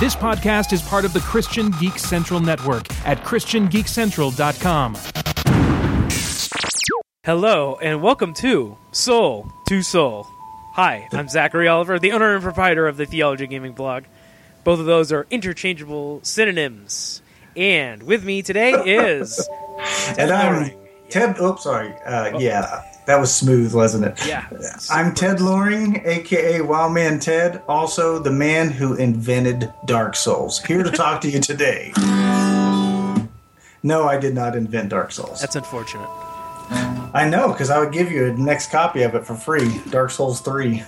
This podcast is part of the Christian Geek Central Network at ChristianGeekCentral.com. Hello and welcome to Soul to Soul. Hi, I'm Zachary Oliver, the owner and proprietor of the Theology Gaming blog. Both of those are interchangeable synonyms. And with me today is And I'm Ted. Oh, sorry. Uh, Yeah, that was smooth, wasn't it? yeah, I'm Ted Loring, aka Wild Man Ted, also the man who invented Dark Souls. Here to talk to you today. No, I did not invent Dark Souls. that's unfortunate. I know, because I would give you a next copy of it for free. Dark Souls Three.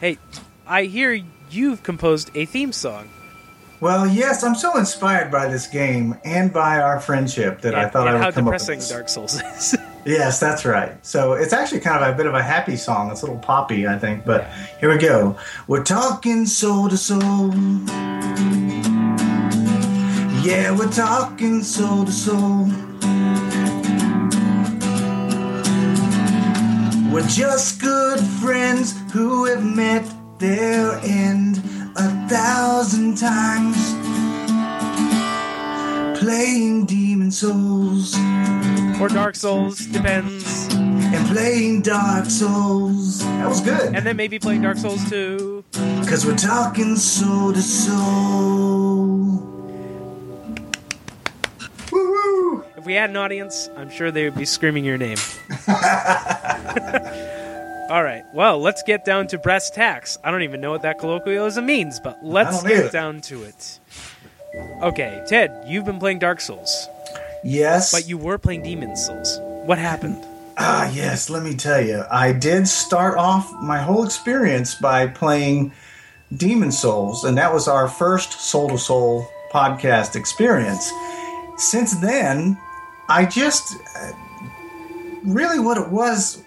Hey, I hear you've composed a theme song. Well, yes, I'm so inspired by this game and by our friendship that I thought and I would how come depressing up with this. Dark Souls is. Yes, that's right. So it's actually kind of a bit of a happy song. It's a little poppy, I think. But here we go. We're talking soul to soul. Yeah, we're talking soul to soul. We're just good friends who have met their end a thousand times. Playing demon souls or Dark Souls, depends. and playing Dark Souls. That was good. And then maybe playing Dark Souls 2. Because we're talking soul to soul. Woo-hoo! If we had an audience, I'm sure they would be screaming your name. All right. Well, let's get down to brass tacks. I don't even know what that colloquialism means, but let's don't get either. down to it. Okay, Ted, you've been playing Dark Souls, Yes. but you were playing Demon Souls. What happened? Ah, yes, let me tell you. I did start off my whole experience by playing Demon Souls, and that was our first Soul to Soul podcast experience. Since then, I just uh, really what it was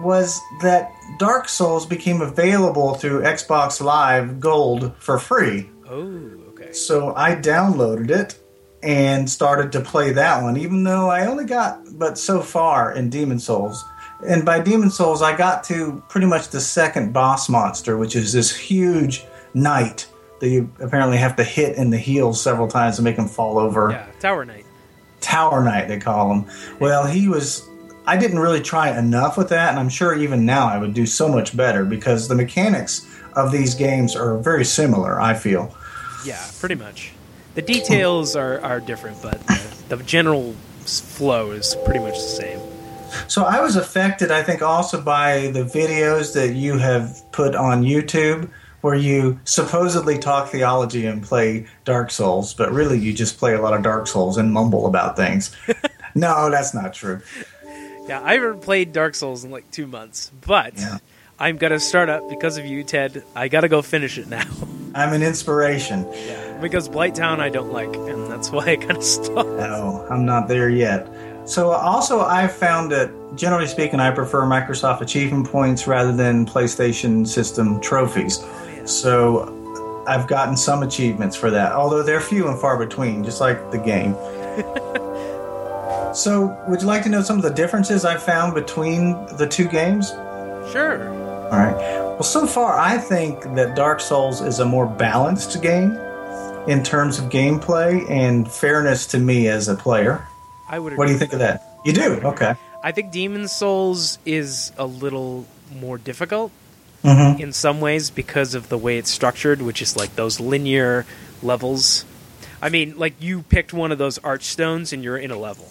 was that Dark Souls became available through Xbox Live Gold for free. Oh, okay. So I downloaded it and started to play that one, even though I only got but so far in Demon Souls. And by Demon Souls, I got to pretty much the second boss monster, which is this huge knight that you apparently have to hit in the heels several times to make him fall over. Yeah, Tower Knight. Tower Knight, they call him. Well, he was. I didn't really try enough with that, and I'm sure even now I would do so much better because the mechanics of these games are very similar, I feel. Yeah, pretty much. The details are, are different, but the, the general s- flow is pretty much the same. So I was affected, I think, also by the videos that you have put on YouTube where you supposedly talk theology and play Dark Souls, but really you just play a lot of Dark Souls and mumble about things. no, that's not true. Yeah, I haven't played Dark Souls in like two months, but Yeah. I'm gonna start up because of you, Ted. I gotta go finish it now I'm an inspiration. because Blighttown I don't like, and that's why I gotta stop. No, I'm not there yet. So also I've found that generally speaking I prefer Microsoft achievement points rather than PlayStation system trophies. So I've gotten some achievements for that, although they're few and far between, just like the game. so would you like to know some of the differences I found between the two games? Sure. All right. Well, so far, I think that Dark Souls is a more balanced game in terms of gameplay and fairness to me as a player. I would. What agree. do you think of that? You do? Okay. I think Demon Souls is a little more difficult Mhm. in some ways because of the way it's structured, which is like those linear levels. I mean, like you picked one of those arch stones and you're in a level.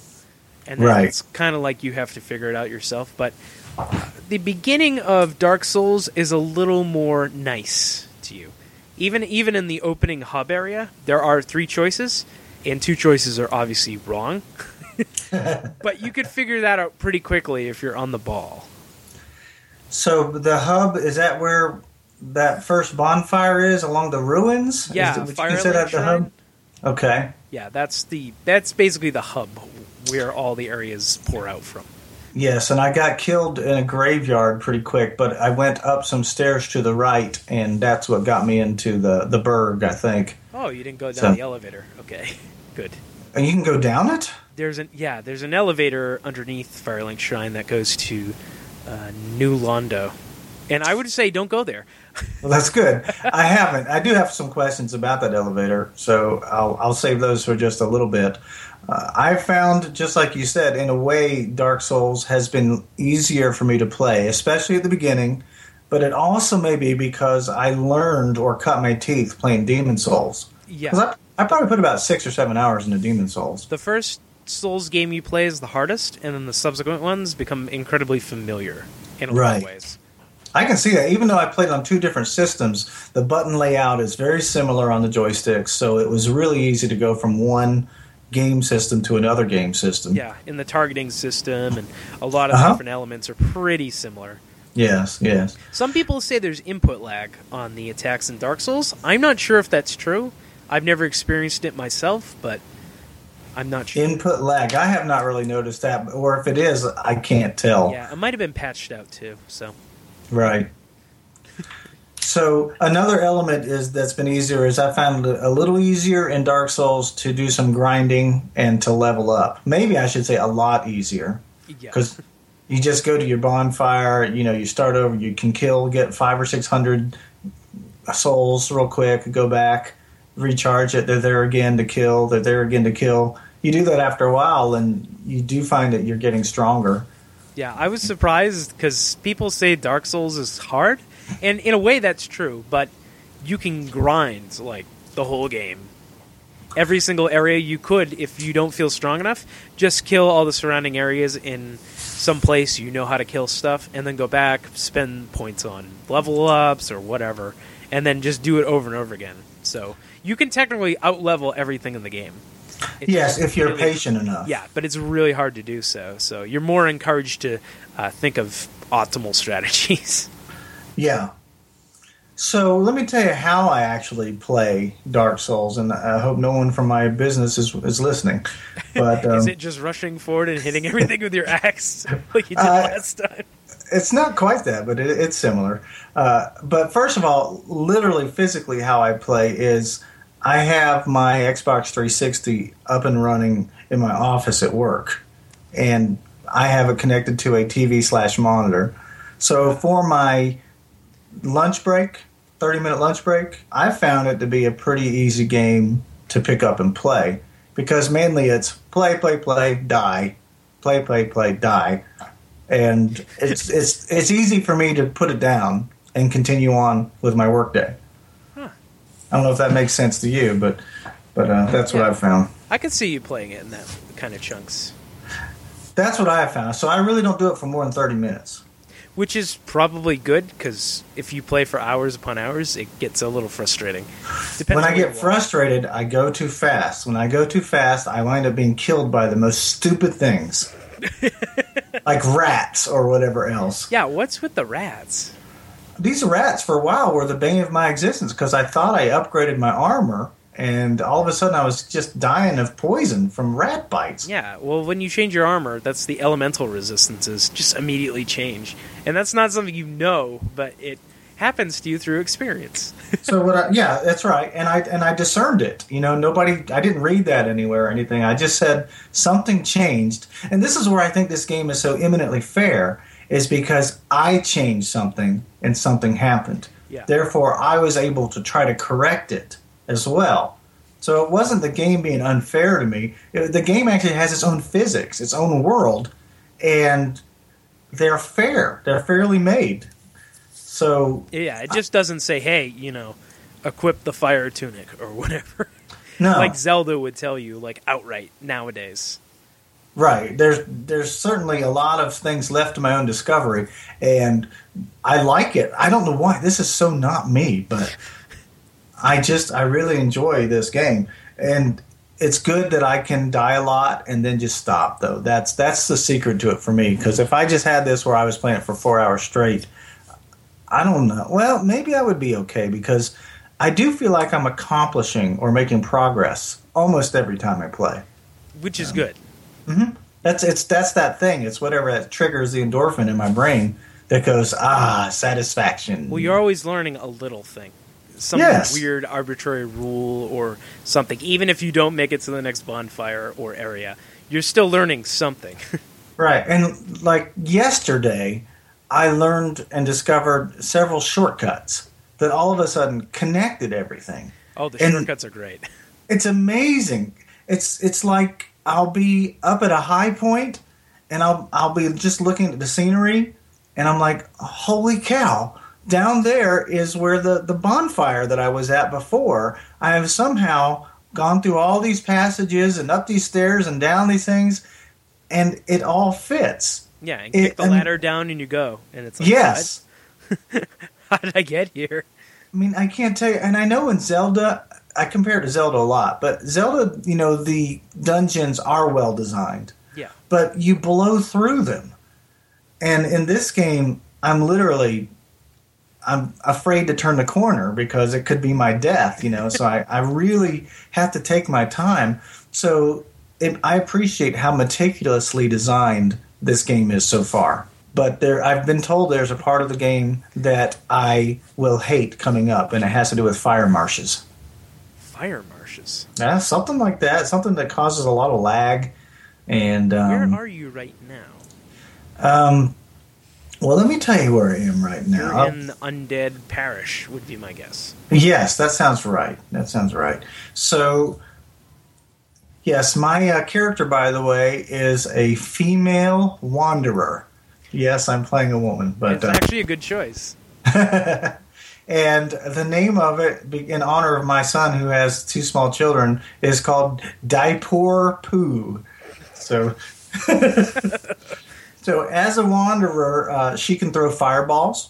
And then Right. it's kind of like you have to figure it out yourself. But uh, the beginning of Dark Souls is a little more nice to you. Even even in the opening hub area, there are three choices, and two choices are obviously wrong. but you could figure that out pretty quickly if you're on the ball. So the hub, is that where that first bonfire is along the ruins? Is Yeah, it- would you Fire consider Lake that the hub? Shrine. Okay. Yeah, that's the that's basically the hub where all the areas pour out from. Yes, and I got killed in a graveyard pretty quick, but I went up some stairs to the right, and that's what got me into the, the burg, I think. Oh, you didn't go down So- the elevator. Okay, good. And you can go down it? There's an yeah, there's an elevator underneath Firelink Shrine that goes to uh, New Londo, and I would say don't go there. Well, that's good. I haven't. I do have some questions about that elevator, so I'll, I'll save those for just a little bit. Uh, I found, just like you said, in a way, Dark Souls has been easier for me to play, especially at the beginning. But it also may be because I learned or cut my teeth playing Demon Souls. Yeah. 'Cause I, I probably put about six or seven hours into Demon Souls. The first Souls game you play is the hardest, and then the subsequent ones become incredibly familiar in a lot Right. of ways. I can see that. Even though I played on two different systems, the button layout is very similar on the joysticks, so it was really easy to go from one game system to another game system. Yeah, in the targeting system and a lot of Uh-huh. different elements are pretty similar. Yes, yes. Some people say there's input lag on the attacks in Dark Souls. I'm not sure if that's true. I've never experienced it myself, but I'm not sure. Input lag. I have not really noticed that, or if it is, I can't tell. yeah, it might have been patched out too. So Right. So another element is that's been easier is I found it a little easier in Dark Souls to do some grinding and to level up. Maybe I should say a lot easier. yeah, because you just go to your bonfire you know you start over you can kill get five or six hundred souls real quick go back recharge it they're there again to kill they're there again to kill you do that after a while and you do find that you're getting stronger yeah, I was surprised because people say Dark Souls is hard, and in a way that's true. But you can grind like the whole game. Every single area you could, if you don't feel strong enough, just kill all the surrounding areas in some place you know how to kill stuff, and then go back, spend points on level ups or whatever, and then just do it over and over again. So you can technically out level everything in the game. It's yes just if you're really- patient enough Yeah, but it's really hard to do so. So you're more encouraged to uh, think of optimal strategies. yeah so let me tell you how i actually play dark souls and i hope no one from my business is, is listening but um, Is it just rushing forward and hitting everything with your axe like you did Uh, last time? it's not quite that, but it, it's similar. Uh, but first of all, literally, physically, how I play is I have my Xbox 360 up and running in my office at work, and I have it connected to a TV slash monitor. So for my lunch break, 30 minute lunch break, I found it to be a pretty easy game to pick up and play because mainly it's play, play, play, die, play, play, play, die and it's it's it's easy for me to put it down and continue on with my workday. I don't know if that makes sense to you, but but uh, that's what Yeah. I've found. I could see you playing it in that kind of chunks, That's what I have found. So I really don't do it for more than thirty minutes. which is probably good because if you play for hours upon hours, it gets a little frustrating. Depends When I on what get you want. frustrated, I go too fast. When I go too fast, I wind up being killed by the most stupid things, like rats or whatever else. Yeah, what's with the rats? these rats for a while were the bane of my existence because I thought I upgraded my armor, and all of a sudden I was just dying of poison from rat bites. Yeah, well, when you change your armor, that's the elemental resistances just immediately change, and that's not something you know, but it happens to you through experience. so what? I, yeah, that's right. And I and I discerned it. You know, nobody. I didn't read that anywhere or anything. I just said something changed, and this is where I think this game is so eminently fair is because I changed something and something happened. Yeah. Therefore, I was able to try to correct it as well. So it wasn't the game being unfair to me. It- the game actually has its own physics, its own world, and they're fair. They're fairly made. So Yeah, it just doesn't say, hey, you know, equip the fire tunic or whatever, no, like Zelda would tell you, like outright nowadays. Right. There's there's certainly a lot of things left to my own discovery, and I like it. I don't know why this is so not me, but I just I really enjoy this game, and it's good that I can die a lot and then just stop. Though that's that's the secret to it for me. Because if I just had this where I was playing it for four hours straight, I don't know. Well, maybe I would be okay because I do feel like I'm accomplishing or making progress almost every time I play. which is good. That's it's that's that thing. It's whatever that triggers the endorphin in my brain that goes ah satisfaction. Well, you're always learning a little thing, some Mm. Yes. weird arbitrary rule or something. Even if you don't make it to the next bonfire or area, you're still learning something. right. And like yesterday, I learned and discovered several shortcuts. that all of a sudden connected everything. Oh, the And- shortcuts are great. It's amazing. It's it's like I'll be up at a high point and I'll I'll be just looking at the scenery and I'm like, holy cow, down there is where the, the bonfire that I was at before. I have somehow gone through all these passages and up these stairs and down these things and it all fits. Yeah, and It- kick the I mean- ladder down and you go, and it's like yes. "What? How did I get here? I mean, I can't tell you. And I know in Zelda, I compare it to Zelda a lot, but Zelda, you know, the dungeons are well designed, Yeah, but you blow through them. And in this game, I'm literally, I'm afraid to turn the corner because it could be my death, you know. so I, I really have to take my time. So it, I appreciate how meticulously designed this game is so far. But there, I've been told there's a part of the game that I will hate coming up, and it has to do with fire marshes. fire marshes. Yeah, something like that. Something that causes a lot of lag. And um, Where are you right now? Um, well, let me tell you where I am right You're now. in the undead parish, would be my guess. Yes, that sounds right. That sounds right. So, yes, my uh, character, by the way, is a female wanderer. Yes, I'm playing a woman, but it's uh, actually a good choice. and the name of it, be- in honor of my son who has two small children, is called Daipur Poo. So, so as a wanderer, uh, she can throw fireballs.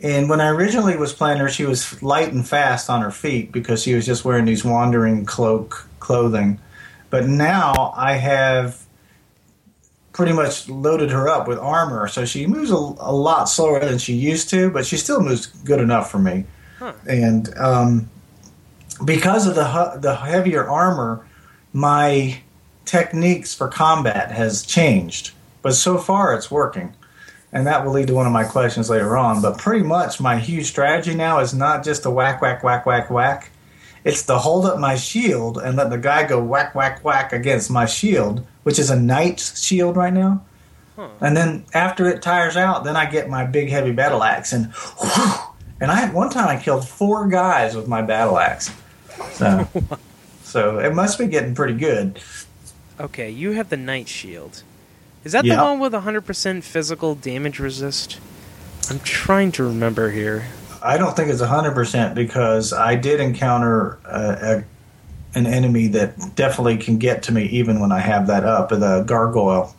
And when I originally was playing her, she was light and fast on her feet because she was just wearing these wandering cloak clothing. But now I have pretty much loaded her up with armor, so she moves a, a lot slower than she used to, but she still moves good enough for me. Huh. And um, because of the hu- the heavier armor, my techniques for combat has changed. But so far, it's working and that will lead to one of my questions later on. But pretty much, my huge strategy now is not just the whack, whack, whack, whack, whack. It's to hold up my shield and let the guy go whack, whack, whack against my shield, which is a knight's shield right now. Huh. And then after it tires out, then I get my big heavy battle axe and whew, and I one time I killed four guys with my battle axe. So, so it must be getting pretty good. Okay, you have the night shield. Is that Yeah. the one with 100% physical damage resist? I'm trying to remember here. I don't think it's hundred percent because I did encounter a, a, an enemy that definitely can get to me even when I have that up. The gargoyle.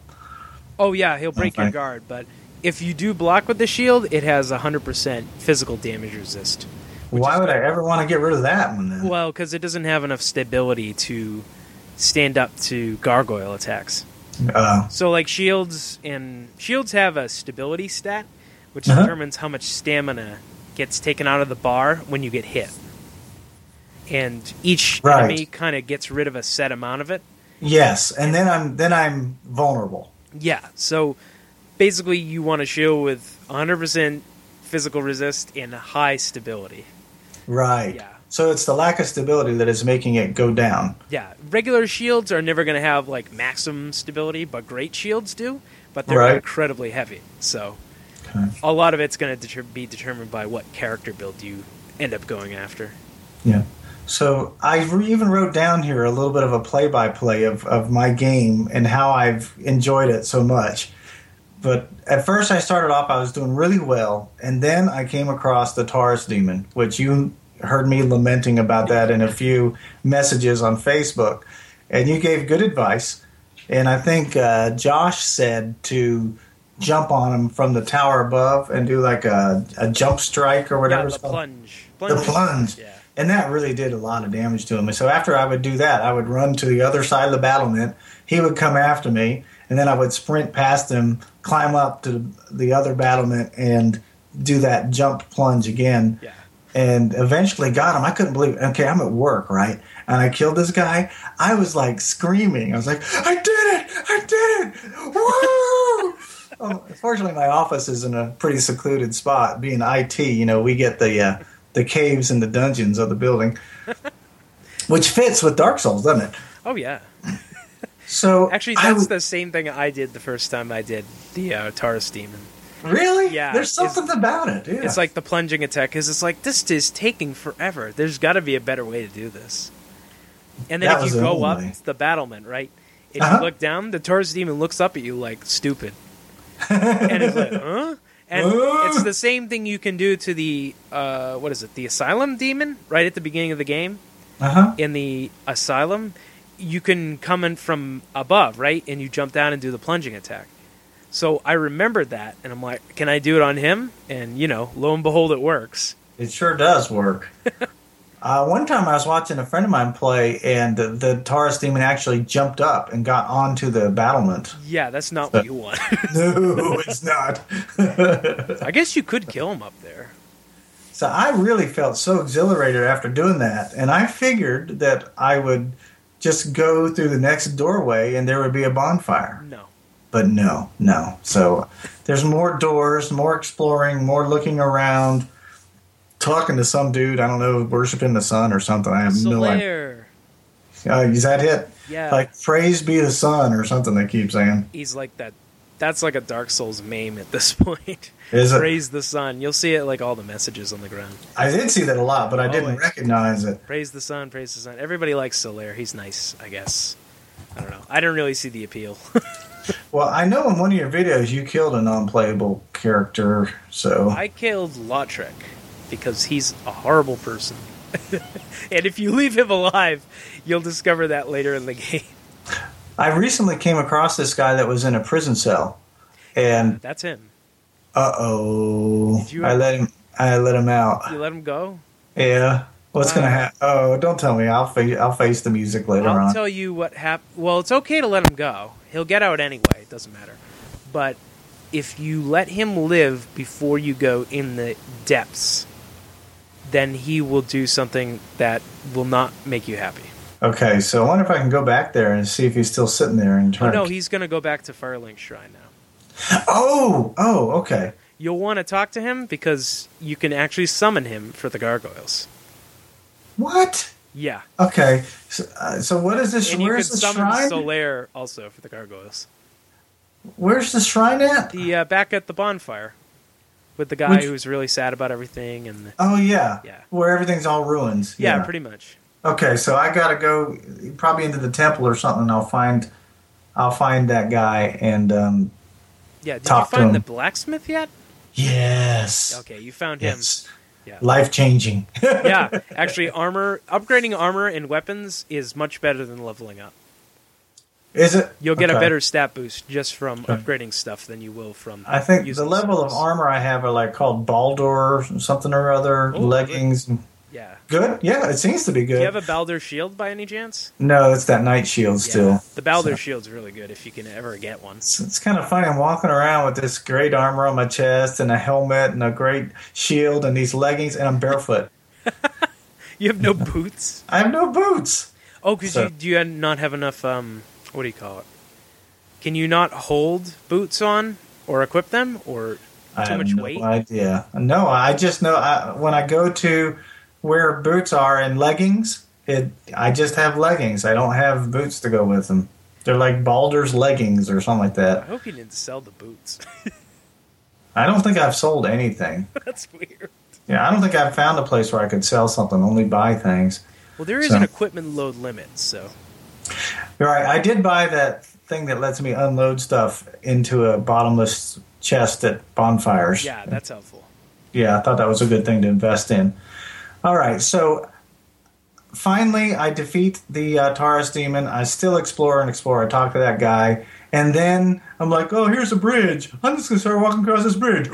Oh, yeah, he'll break your Okay. guard, but if you do block with the shield, it has 100% physical damage resist. Why would I ever want to get rid of that one? Then? Well, because it doesn't have enough stability to stand up to gargoyle attacks. Uh, So like shields and shields have a stability stat, which Uh-huh. determines how much stamina gets taken out of the bar when you get hit. And each Right. enemy kind of gets rid of a set amount of it. yes, and then I'm then I'm vulnerable. Yeah. So basically, you want a shield with 100% physical resist and high stability. Right. Yeah. So it's the lack of stability that is making it go down. Yeah. Regular shields are never going to have like maximum stability, but great shields do. But they're Right. incredibly heavy. So Okay. a lot of it's going to deter- be determined by what character build you end up going after. Yeah. So I re- even wrote down here a little bit of a play-by-play of, of my game and how I've enjoyed it so much. But at first, I started off I was doing really well, and then I came across the Taurus demon, which you heard me lamenting about that in a few messages on Facebook, and you gave good advice. And I think uh, Josh said to jump on him from the tower above and do like a, a jump strike or whatever. Yeah, it's the called. plunge. The plunge. Yeah. And that really did a lot of damage to him. And so after I would do that, I would run to the other side of the battlement. He would come after me, and then I would sprint past him, climb up to the other battlement, and do that jump plunge again. Yeah. And eventually got him. I couldn't believe. Okay, I'm at work, right? And I killed this guy. I was like screaming. I was like, "I did it! I did it! Woo!" Um, Fortunately, my office is in a pretty secluded spot. Being IT, you know, we get the uh, the caves and the dungeons of the building, which fits with Dark Souls, doesn't it? Oh yeah. So Actually, I that's w- the same thing I did the first time I did the uh, Taurus Demon. Really? Yeah, There's it's- something about it. Yeah. It's like the plunging attack because it's like this is taking forever. There's got to be a better way to do this. And then That if was you the go only up, way. it's the battlement, right? If Uh-huh. you look down, the Taurus demon looks up at you like stupid, and it's like, huh? And Huh? it's the same thing you can do to the uh, what is it? The asylum demon, right at the beginning of the game uh huh. in the asylum, you can come in from above, right? And you jump down and do the plunging attack. So I remembered that, and I'm like, can I do it on him? And, you know, lo and behold, it works. It sure does work. uh, one time I was watching a friend of mine play, and the, the Taurus demon actually jumped up and got onto the battlement. Yeah, that's not what you want. no, it's not. I guess you could kill him up there. So I really felt so exhilarated after doing that, and I figured that I would just go through the next doorway and there would be a bonfire. No. But no, no. So there's more doors, more exploring, more looking around, talking to some dude, I don't know, worshiping the sun or something. I have no idea. Solaire. Uh, is that it? Yeah. Like, praise be the sun or something they keep saying. He's like that. That's like a Dark Souls meme at this point. Is it? Praise the sun. You'll see it like all the messages on the ground. I did see that a lot, but I didn't Always. recognize it. Praise the sun, praise the sun. Everybody likes Solaire. He's nice, I guess. I don't know. I didn't really see the appeal. Well, I know in one of your videos you killed a non playable character, so. I killed Lautrec because he's a horrible person. and if you leave him alive, you'll discover that later in the game. I recently came across this guy that was in a prison cell, and That's him. uh oh, Did you- I let him. I let him out. You let him go? Yeah, what's gonna Uh, happen? Oh, don't tell me. I'll face. I'll face the music later I'll on. tell you what happened. Well, it's okay to let him go. He'll get out anyway. It doesn't matter. But if you let him live before you go in the depths, then he will do something that will not make you happy. okay, so I wonder if I can go back there and see if he's still sitting there and Oh, try. no, to... he's going to go back to Firelink Shrine now. oh, oh, okay. You'll want to talk to him because you can actually summon him for the gargoyles. What? Yeah. Okay. So, uh, so what is this? and you can where's the summon shrine? Solaire also for the gargoyles. Where's the shrine at? The uh, back at the bonfire with the guy Which- who's really sad about everything and Oh yeah. Yeah. Where everything's all ruins. yeah, pretty much. Okay, so I gotta go probably into the temple or something. I'll find, I'll find that guy and um, Yeah, did Talk to you find him. the blacksmith yet? yes, Okay, you found him. yes, Yeah. life changing. yeah, actually armor upgrading armor and weapons is much better than leveling up. Is it? You'll get a Okay. better stat boost just from upgrading stuff than you will from I think the using level of spells. armor I have are like called Baldur or something or other Oh, leggings. Yeah. Good, yeah, it seems to be Do good. you have a Balder shield by any chance? no, it's that night shield still. The Balder Shield's really good if you can ever get one. It's, it's kind of funny. I'm walking around with this great armor on my chest and a helmet and a great shield and these leggings and I'm barefoot. You have no boots? I have no boots. Oh, because So- you, do you not have enough, um, what do you call it? Can you not hold boots on or equip them? Or I Too have much no weight? Idea? No, I just know I, when I go to where boots are and leggings, it I just have leggings. I don't have boots to go with them. They're like Baldur's leggings or something like I that. hope you didn't sell the boots. I don't think I've sold anything. That's weird. Yeah, I don't think I've found a place where I could sell something. Only buy things. Well, there is So- an equipment load limit, so. You're right. I did buy that thing that lets me unload stuff into a bottomless chest at bonfires. Yeah, that's helpful. yeah, I thought that was a good thing to invest in. All right, so finally, I defeat the uh, Taurus demon. I still explore and explore. I talk to that guy, and then I'm like, "Oh, here's a bridge. I'm just gonna start walking across this bridge."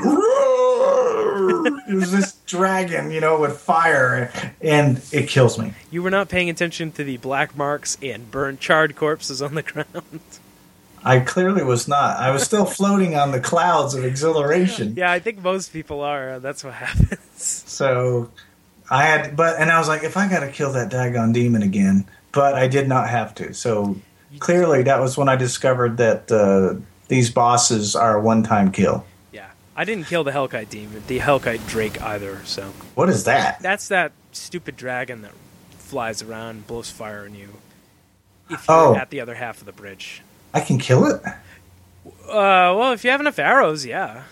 There's this dragon, you know, with fire, and it kills me. You were not paying attention to the black marks and burned charred corpses on the ground. I clearly was not. I was still floating on the clouds of exhilaration. yeah, I think most people are. That's what happens. So I had, but and I was like, if I got to kill that dagon demon again, but I did not have to. So clearly, that was when I discovered that uh, these bosses are a one-time kill. Yeah. I didn't kill the Hellkite demon, the Hellkite Drake either, so. What is that? That's that stupid dragon that flies around and blows fire on you. If you're Oh. at the other half of the bridge. I can kill it. Uh, well, if you have enough arrows, yeah.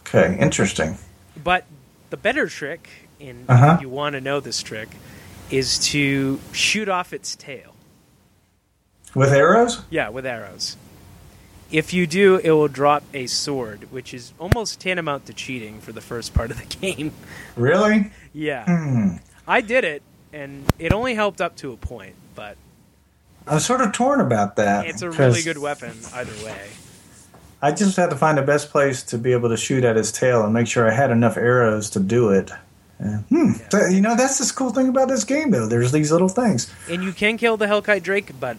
Okay, interesting. But the better trick, and Uh-huh. you want to know this trick, is to shoot off its tail. With arrows? Yeah, with arrows. If you do, it will drop a sword, which is almost tantamount to cheating for the first part of the game. Really? yeah, Hmm. I did it, and it only helped up to a point, but I'm sort of torn about that. it's a 'cause really good weapon either way. I just had to find the best place to be able to shoot at his tail and make sure I had enough arrows to do it. Yeah. Hmm. So, you know, that's the cool thing about this game, though. There's these little things. And you can kill the Hellkite Drake, but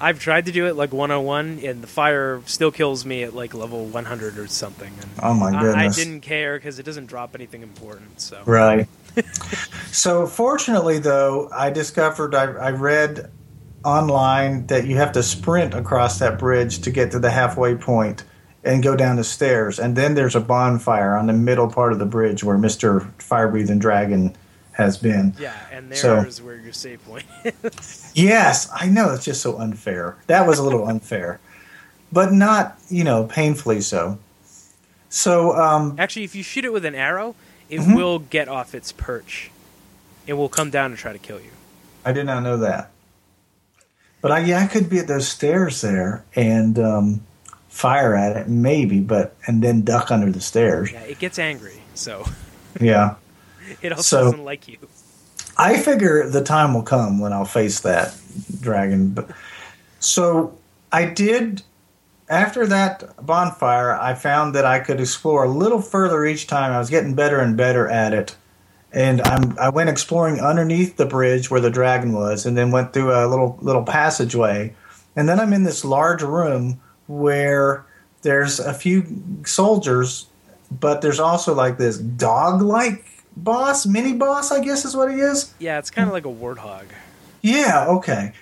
I've tried to do it like 101, and the fire still kills me at like level 100 or something. And Oh my I- I, goodness! didn't care because it doesn't drop anything important. So Right. so fortunately, though, I discovered I, I read online that you have to sprint across that bridge to get to the halfway point and go down the stairs, and then there's a bonfire on the middle part of the bridge where Mister Fire Breathing Dragon has been. yeah, and So- there's where your save point. Yes, I know. It's just so unfair. That was a little unfair, but not, you know, painfully so. So, um, Actually, if you shoot it with an arrow, it Mm-hmm. will get off its perch. It will come down and try to kill you. I did not know that. But I, yeah, I could be at those stairs there and um, fire at it, maybe, but, and then duck under the stairs. Yeah, it gets angry, so Yeah. it also So- doesn't like you. I figure the time will come when I'll face that dragon. But so I did. After that bonfire, I found that I could explore a little further each time. I was getting better and better at it, and I'm, I went exploring underneath the bridge where the dragon was, and then went through a little little passageway, and then I'm in this large room where there's a few soldiers, but there's also like this dog-like boss, mini boss, I guess is what he is. Yeah, it's Hmm. kind of like a warthog. Yeah, okay.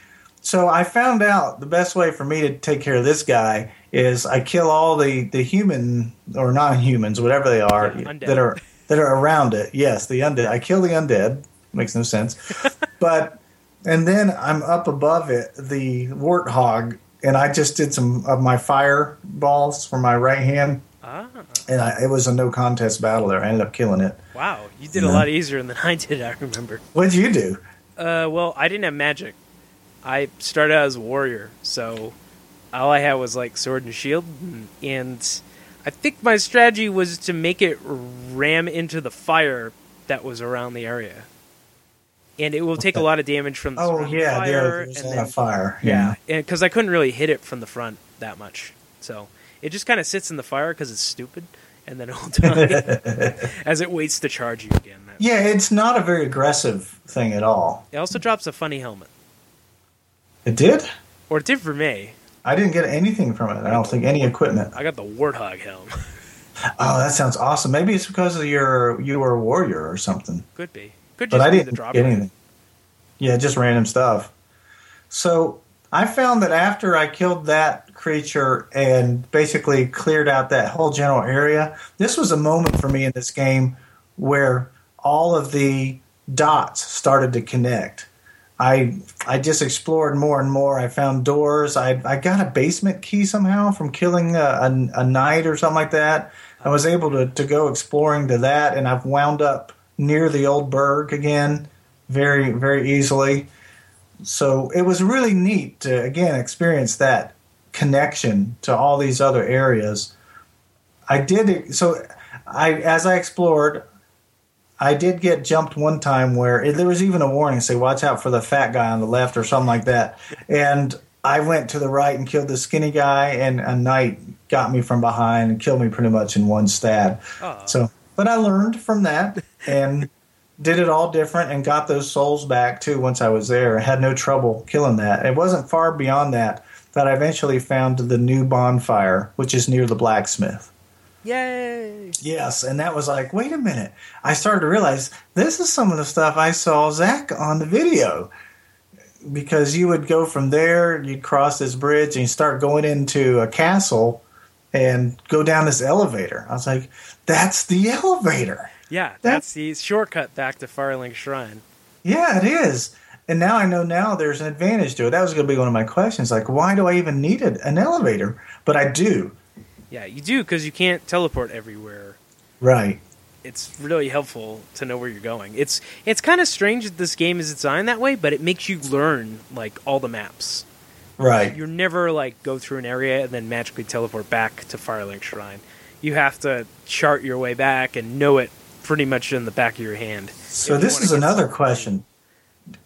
So I found out the best way for me to take care of this guy is I kill all the, the human or non humans, whatever they are, Yeah, undead. that are that are around it. Yes, the undead. I kill the undead. Makes no sense. but and then I'm up above it, the warthog, and I just did some of my fire balls for my right hand, Ah, and I, it was a no contest battle there. I ended up killing it. wow, you did a lot easier than I did. I remember. What'd you do? Uh, well, I didn't have magic. I started out as a warrior, so all I had was like sword and shield, and I think my strategy was to make it ram into the fire that was around the area, and it will take a lot of damage from the Oh surrounding yeah, fire, there, there's a and lot then, of fire. yeah, because I couldn't really hit it from the front that much, so it just kind of sits in the fire because it's stupid, and then it'll die as it waits to charge you again. Yeah, it's not a very aggressive thing at all. It also drops a funny helmet, It did? or it did for me. I didn't get anything from it. I don't think any equipment. I got the warthog helm. Oh, that sounds awesome. Maybe it's because of your you were a warrior or something. Could be. Could But just I be didn't the drop get anything. Yeah, just random stuff. So I found that after I killed that creature and basically cleared out that whole general area, this was a moment for me in this game where all of the dots started to connect. I I just explored more and more. I found doors. I I got a basement key somehow from killing a, a, a knight or something like that. I was able to, to go exploring to that, and I've wound up near the old burg again, very very easily. So it was really neat to again experience that connection to all these other areas. I did so. I as I explored, I did get jumped one time where it, there was even a warning say, watch out for the fat guy on the left or something like that. And I went to the right and killed the skinny guy, and a knight got me from behind and killed me pretty much in one stab. Oh. So, but I learned from that and did it all different and got those souls back too once I was there. I had no trouble killing that. It wasn't far beyond that that I eventually found the new bonfire, which is near the blacksmith. Yay! Yes, and that was like, wait a minute. I started to realize this is some of the stuff I saw Zach on the video. Because you would go from there, you'd cross this bridge, and you start going into a castle and go down this elevator. I was like, that's the elevator. Yeah, that's the shortcut back to Firelink Shrine. Yeah, it is. And now I know now there's an advantage to it. That was going to be one of my questions. Like, why do I even need it- an elevator? But I do. Yeah, you do because you can't teleport everywhere Right. it's really helpful to know where you're going. It's it's kind of strange that this game is designed that way, but it makes you learn like all the maps. Right. You're never like go through an area and then magically teleport back to Firelink Shrine. You have to chart your way back and know it pretty much in the back of your hand. So if you this wanna is get another something. question.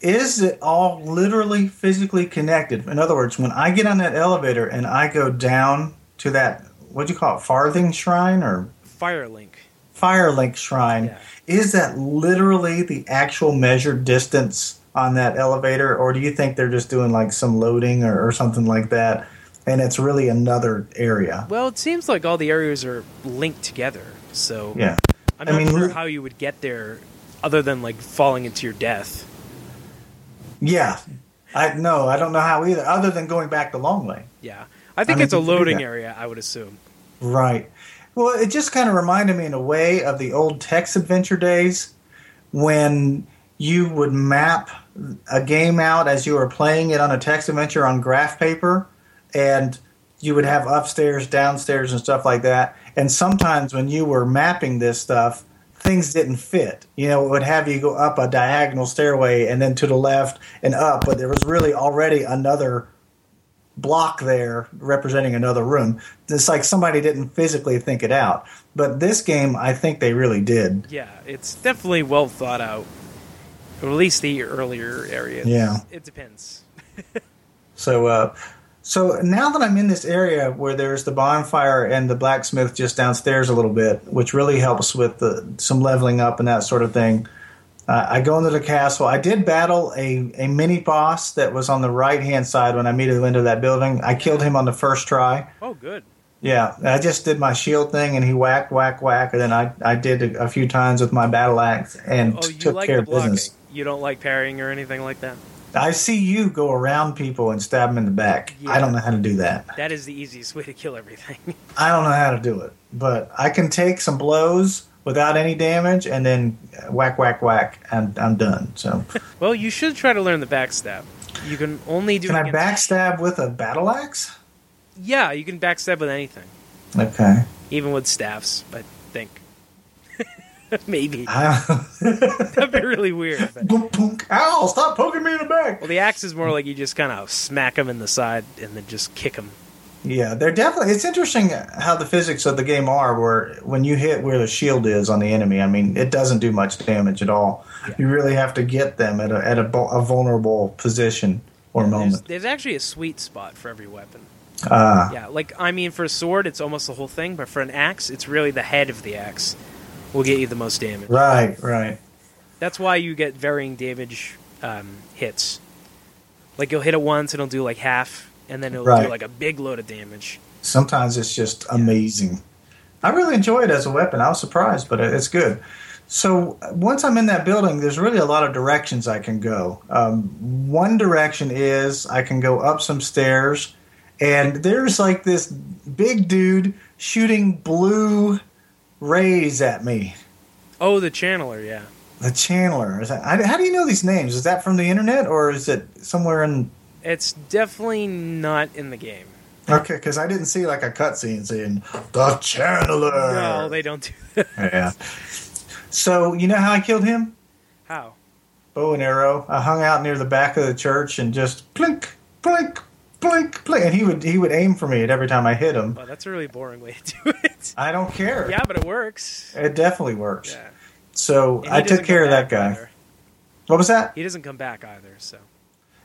Is it all literally physically connected? In other words, when I get on that elevator and I go down to that what do you call it, farthing shrine or Firelink. firelink shrine, Yeah. is that literally the actual measured distance on that elevator, or do you think they're just doing like some loading or, or something like that? And it's really another area. Well, it seems like all the areas are linked together. So Yeah. I'm I not mean, sure who- how you would get there other than like falling into your death. Yeah. I no, I don't know how either, other than going back the long way. Yeah. I think mean, it's a you can do loading that. area, I would assume. Right. Well, it just kind of reminded me in a way of the old text adventure days when you would map a game out as you were playing it on a text adventure on graph paper and you would have upstairs, downstairs and stuff like that. And sometimes when you were mapping this stuff, things didn't fit. You know, it would have you go up a diagonal stairway and then to the left and up, but there was really already another block there representing another room. It's like somebody didn't physically think it out. But this game, I think they really did. Yeah, it's definitely well thought out. Or at least the earlier areas. Yeah. It depends. So, uh, so now that I'm in this area where there's the bonfire and the blacksmith just downstairs a little bit, which really helps with the, some leveling up and that sort of thing. Uh, I go into the castle. I did battle a, a mini boss that was on the right hand side when I meet at the window of that building. I killed him on the first try. Oh, good. Yeah, I just did my shield thing, and he whacked, whack, whack, and then I, I did a, a few times with my battle axe and Oh, t- you took like care the of blocking. business. You don't like parrying or anything like that? I see you go around people and stab them in the back. Yeah. I don't know how to do that. That is the easiest way to kill everything. I don't know how to do it, but I can take some blows without any damage, and then whack, whack, whack, and I'm done. So, well, you should try to learn the backstab. You can only do can it I against- backstab with a battle axe? Yeah, you can backstab with anything. Okay. Even with staffs, I think. Maybe. I- That'd be really weird. But... Boom, boom. Ow! Stop poking me in the back. Well, the axe is more like you just kind of smack him in the side and then just kick him. Yeah, they're definitely. It's interesting how the physics of the game are, where when you hit where the shield is on the enemy, I mean, it doesn't do much damage at all. You really have to get them at a at a, bu- a vulnerable position or There's, moment. there's actually a sweet spot for every weapon. Ah, Yeah, like I mean, for a sword, it's almost the whole thing, but for an axe, it's really the head of the axe will get you the most damage. right, right. That's why you get varying damage um, hits. Like you'll hit it once, and it'll do like half, and then it'll do Right. like a big load of damage. Sometimes it's just amazing. I really enjoy it as a weapon. I was surprised, but it- it's good. So uh, once I'm in that building, there's really a lot of directions I can go. Um, one direction is I can go up some stairs, and there's like this big dude shooting blue rays at me. Oh, the channeler, yeah. The Chandler. Is that, I- how do you know these names? Is that from the internet or is it somewhere in? It's definitely not in the game. Okay, because I didn't see like a cutscene saying the Chandler. No, they don't do that. yeah. So you know how I killed him? How? Bow and arrow. I hung out near the back of the church and just plink, plink, plink, plink, and he would he would aim for me at every time I hit him. Well, that's a really boring way to do it. I don't care. yeah, but it works. It definitely works. Yeah. So And he I doesn't come took care of that back guy. either. What was that? He doesn't come back either, so.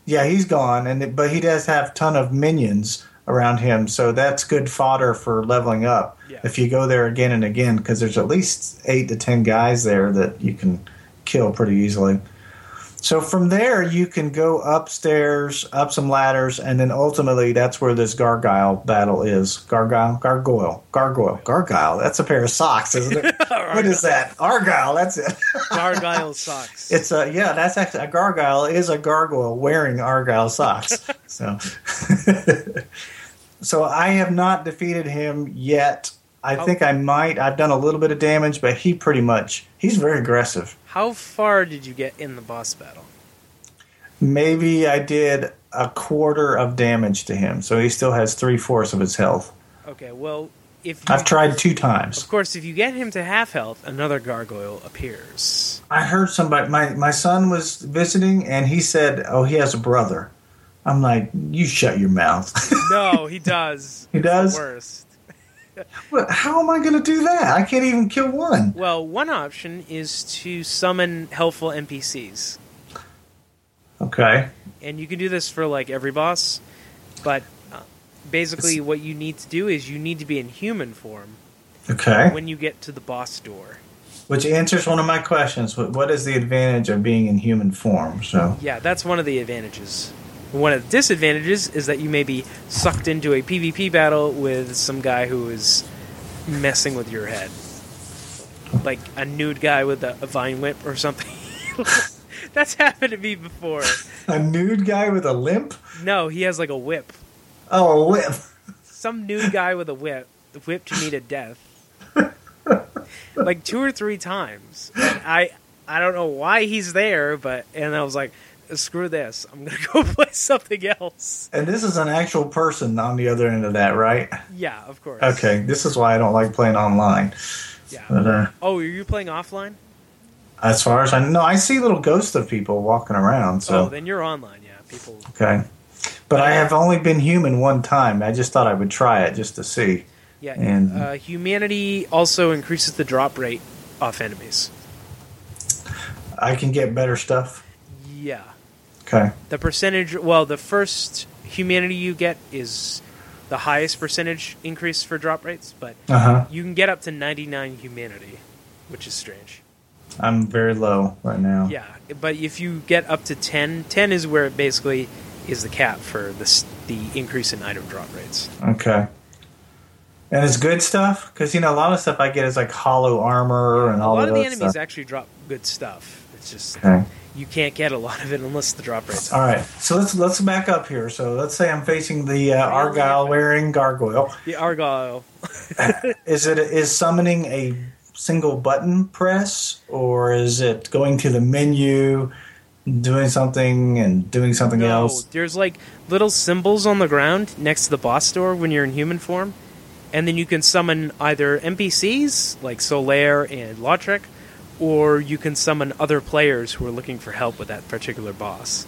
Yeah, he's gone, and but he does have ton of minions around him, so that's good fodder for leveling up. Yeah. If you go there again and again, because there's at least eight to ten guys there that you can kill pretty easily. So from there, you can go upstairs, up some ladders, and then ultimately that's where this gargoyle battle is. Gargoyle, gargoyle, gargoyle, gargoyle. That's a pair of socks, isn't it? what is that? Argyle. That's it. Gargoyle socks. It's a yeah. That's actually a gargoyle is a gargoyle wearing argyle socks. so, so I have not defeated him yet. I think I might. I've done a little bit of damage, but he pretty much he's very aggressive. How far did you get in the boss battle? Maybe I did a quarter of damage to him, so he still has three fourths of his health. Okay, well, if I've tried two times. Of course, if you get him to half health, another gargoyle appears. I heard somebody. My my son was visiting, and he said, "Oh, he has a brother." I'm like, "You shut your mouth." No, he does. He It's the does? worst. but how am I going to do that? I can't even kill one. Well, one option is to summon helpful NPCs, Okay. and you can do this for like every boss. But uh, basically, what you need to do is you need to be in human form Okay. when you get to the boss door. Which answers one of my questions. What what is the advantage of being in human form? So, Yeah, that's one of the advantages. One of the disadvantages is that you may be sucked into a PvP battle with some guy who is messing with your head. Like a nude guy with a, a vine whip or something. that's happened to me before. a nude guy with a limp? No, he has like a whip. Oh, a limp. Some nude guy with a whip whipped me to death. Like two or three times. And I I don't know why he's there, but and I was like, screw this. I'm gonna go play something else. And this is an actual person on the other end of that, right? Yeah, of course. Okay. This is why I don't like playing online. Yeah. But uh, Oh, are you playing offline? as far as I know, I see little ghosts of people walking around. So Oh, then you're online. Yeah, people. okay. But I have only been human one time. I just thought I would try it just to see. Yeah. And- uh, humanity also increases the drop rate off enemies. I can get better stuff. Yeah. Okay. The percentage. Well, the first humanity you get is the highest percentage increase for drop rates, but Uh huh. you can get up to 99 humanity, which is strange. I'm very low right now. Yeah, but if you get up to 10, 10 is where it basically is the cap for this, the increase in item drop rates. Okay. And it's good stuff because you know a lot of stuff I get is like hollow armor and a all lot of the that enemies stuff. actually drop good stuff. It's just Okay. you can't get a lot of it unless the drop rate's All right. So let's let's back up here. So let's say I'm facing the uh, argyle wearing gargoyle. the Argyle. Is it is summoning a single button press or is it going to the menu, doing something and doing something No, else? there's like little symbols on the ground next to the boss door when you're in human form, and then you can summon either NPCs like Solaire and Lautrec, or you can summon other players who are looking for help with that particular boss.